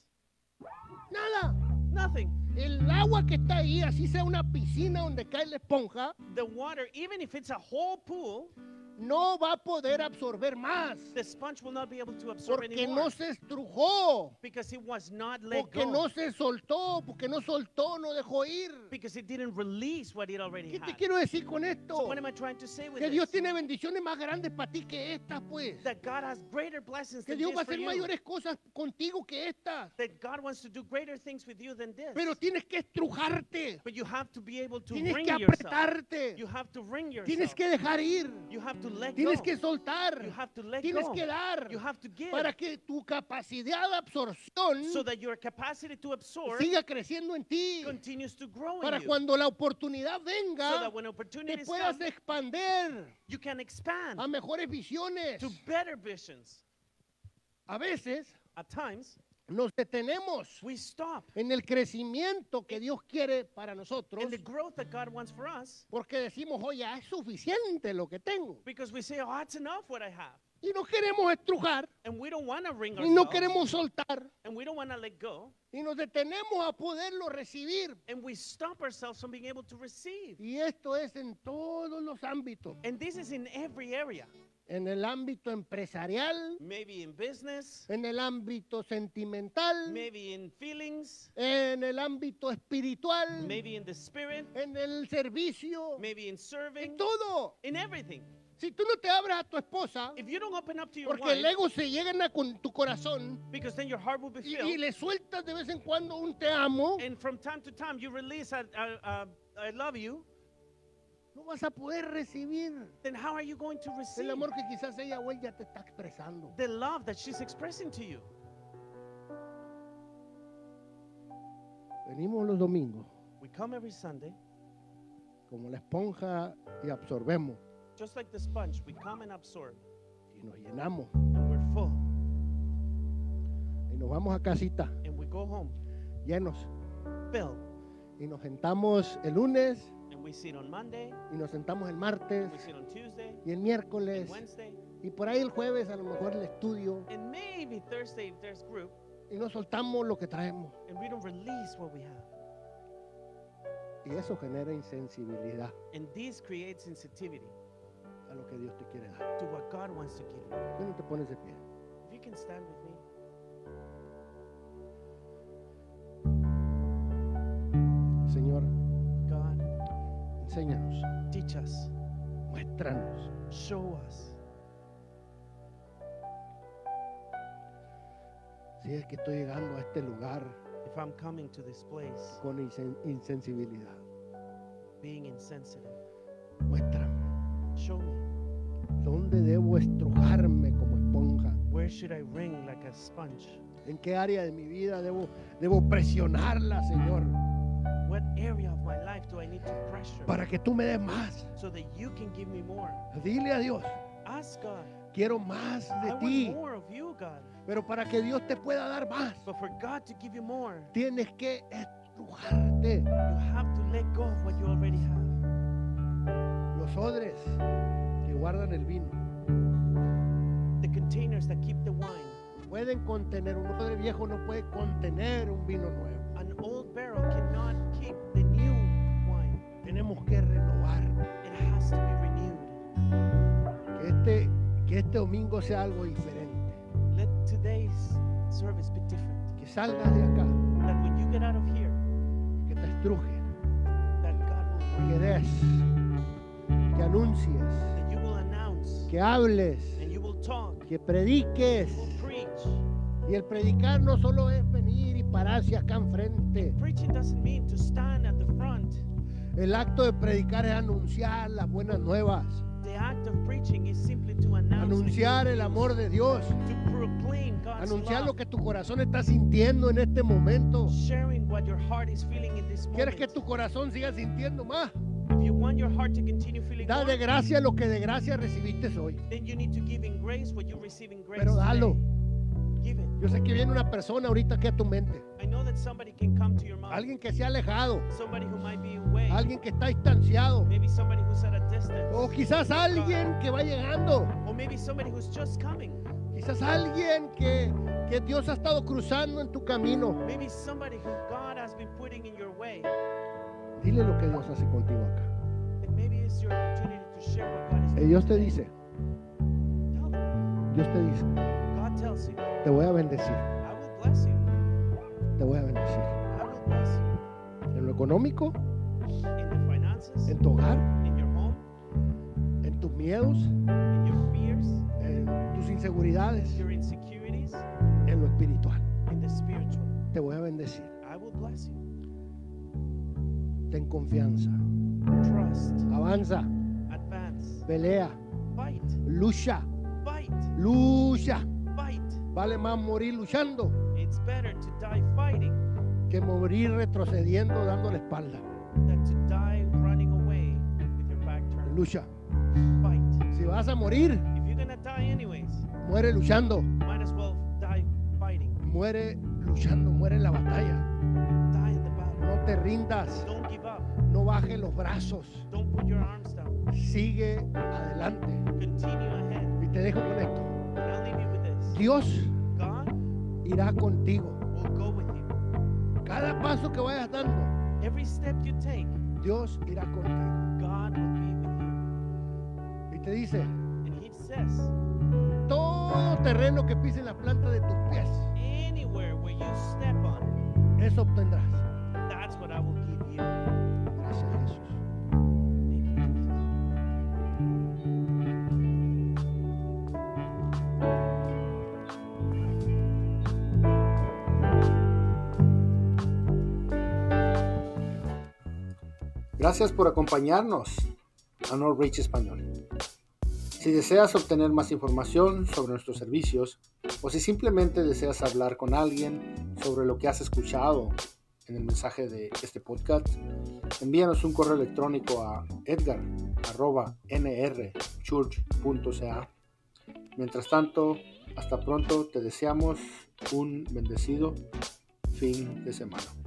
Nada. Nothing. El agua que está ahí, así sea una piscina donde cae la esponja, The water, even if it's a whole pool, no va a poder absorber más. the sponge will not be able to absorb Porque anymore no se estrujó, because it was not let porque go. no se soltó, porque no soltó, no dejó ir. because it didn't release what it already ¿Qué had. te quiero decir con so esto? what am I trying to say with Que Dios this? tiene bendiciones más grandes para ti que estas, pues. that God has greater blessings Que than Dios this va a for hacer you. mayores cosas contigo que estas. That God wants to do greater things with you than this. Pero tienes que estrujarte. but you have to be able to Tienes ring que yourself. apretarte. You have to ring yourself. Tienes que dejar ir. you have to let Tienes go. que soltar. you have to let Tienes go. que dar. you have to give Para que tu capacidad de absorción so that your capacity to absorb siga creciendo en ti. continues to grow Para in you. cuando la oportunidad so venga, that when te opportunities puedas come, expander you can expand a mejores visiones. to better visions. A veces At times, nos detenemos we stop en el crecimiento que Dios quiere para nosotros in the growth that God wants for us porque decimos, oye, ya es suficiente lo que tengo. because we say, oh, that's enough what I have. Y no queremos estrujar, And we don't want to ring y no ourselves. queremos soltar, and we don't want to let go. y nos detenemos a poderlo recibir. And we stop ourselves from being able to receive. Y esto es en todos los ámbitos, And this is in every area. en el ámbito empresarial, Maybe in business, en el ámbito sentimental, maybe in feelings, en el ámbito espiritual, maybe in the spirit, en el servicio, maybe in serving, en todo. in everything. Si tú no te abras a tu esposa, If you don't open up to your porque el wife, ego se llega con tu corazón because then your heart will be y, y filled. le sueltas de vez en cuando un te amo, And from time to time, you release, I, I, uh, I love you. no vas a poder recibir Then how are you going to receive el amor que quizás ella o él ya te está expresando. the love that she's expressing to you? Venimos los domingos We come every Sunday, como la esponja y absorbemos just like the sponge, we come and absorb, y nos llenamos and we're full, y nos vamos a casita and we go home llenos filled. y nos sentamos el lunes And we sit on Monday, y nos sentamos el martes we sit on Tuesday, y el and miércoles Wednesday, y por ahí el jueves a lo mejor el estudio and maybe Thursday if there's group, y no soltamos lo que traemos and we don't release what we have. y eso genera insensibilidad. And this creates sensitivity. a lo que Dios te quiere dar. to what God wants to give you. ¿Por qué no te pones de pie? If you can stand with me. Señor, God, enséñanos, teach us, muéstranos show us. si es que estoy llegando a este lugar If I'm coming to this place con insen- insensibilidad. being insensitive, Muéstrame show me. dónde debo estrujarme como esponja. Where should I ring like a sponge? ¿En qué área de mi vida debo, debo presionarla, Señor? What area of my life do I need to pressure Para que tú me des más. so that you can give me more? Dile a Dios, Ask God. quiero más I de want ti. more of you, God. Pero para que Dios te pueda dar más, But for God to give you more, tienes que estrujarte you have to let go of what you already have. los odres que guardan el vino. The containers that keep the wine. Pueden contener, un odre viejo no puede contener un vino nuevo. An old barrel cannot keep the new wine. Tenemos que renovar. It has to be renewed. Que este, que este domingo sea algo diferente. Let today's service be different. Que salgas de acá, That when you get out of here, que te estruje, that God will bring que it. des, que anuncies, That you will announce que hables, and you will talk. que You prediques. will preach. Y el predicar no solo es venir y pararse acá enfrente. Preaching doesn't mean to stand at the front. El acto de predicar es anunciar las buenas nuevas, The act of preaching is simply to announce the anunciar good el amor news, de Dios, to proclaim God's anunciar lo love, que tu corazón está sintiendo en este momento. sharing what your heart is feeling in this ¿Quieres moment. que tu corazón siga sintiendo más? If you want your heart to continue feeling Da de warm, gracia lo que de gracia recibiste hoy. then you need to give in grace what you receive in grace. Pero dalo. today. Give it. Yo sé que viene una persona ahorita aquí a tu mente, I know that somebody can come to your mind. alguien que se ha alejado, somebody who might be away. alguien Oh, que está distanciado, maybe somebody who's at a distance. o quizás alguien que va llegando, Or maybe somebody who's just coming. quizás alguien que, que Dios ha estado cruzando en tu camino. Maybe somebody who God has been putting in your way. Dile lo que Dios hace contigo acá. And maybe it's your opportunity to share what God is Y doing. Dios te today. dice, Tell them. Dios te dice, God tells you, te voy a bendecir. I will bless you. te voy a bendecir. I will bless you En lo económico, in the finances, en tu hogar, in your home, en tus miedos, in your fears, en tus inseguridades, your insecurities, en lo espiritual. in the spiritual. Te voy a bendecir. I will bless you. Ten confianza. Trust, Avanza, advance, pelea, fight, lucha, fight, lucha. fight. Vale más morir luchando It's better to die fighting que morir retrocediendo dando la espalda. than to die running away with your back turned. Lucha. Fight. Si vas a morir, If you're gonna die anyways, muere luchando. might as well die fighting. Muere luchando, muere en la batalla. Die in the battle. No te rindas, Don't give up. no bajes los brazos. Don't put your arms down. Sigue adelante. Continue ahead. Y te dejo con esto. And I'll leave you with this. Dios God irá contigo. will go with you. Cada paso que vayas dando, Every step you take, Dios irá contigo. God will be with you. Y te dice, And He says, todo terreno que pisen la planta de tus pies, anywhere where you step on, eso obtendrás. that's what I will give you. Gracias Jesús. Thank you, Jesus. Gracias por acompañarnos a No Reach Español. Si deseas obtener más información sobre nuestros servicios o si simplemente deseas hablar con alguien sobre lo que has escuchado en el mensaje de este podcast, envíanos un correo electrónico a edgar.nrchurch.ca. Mientras tanto, hasta pronto, te deseamos un bendecido fin de semana.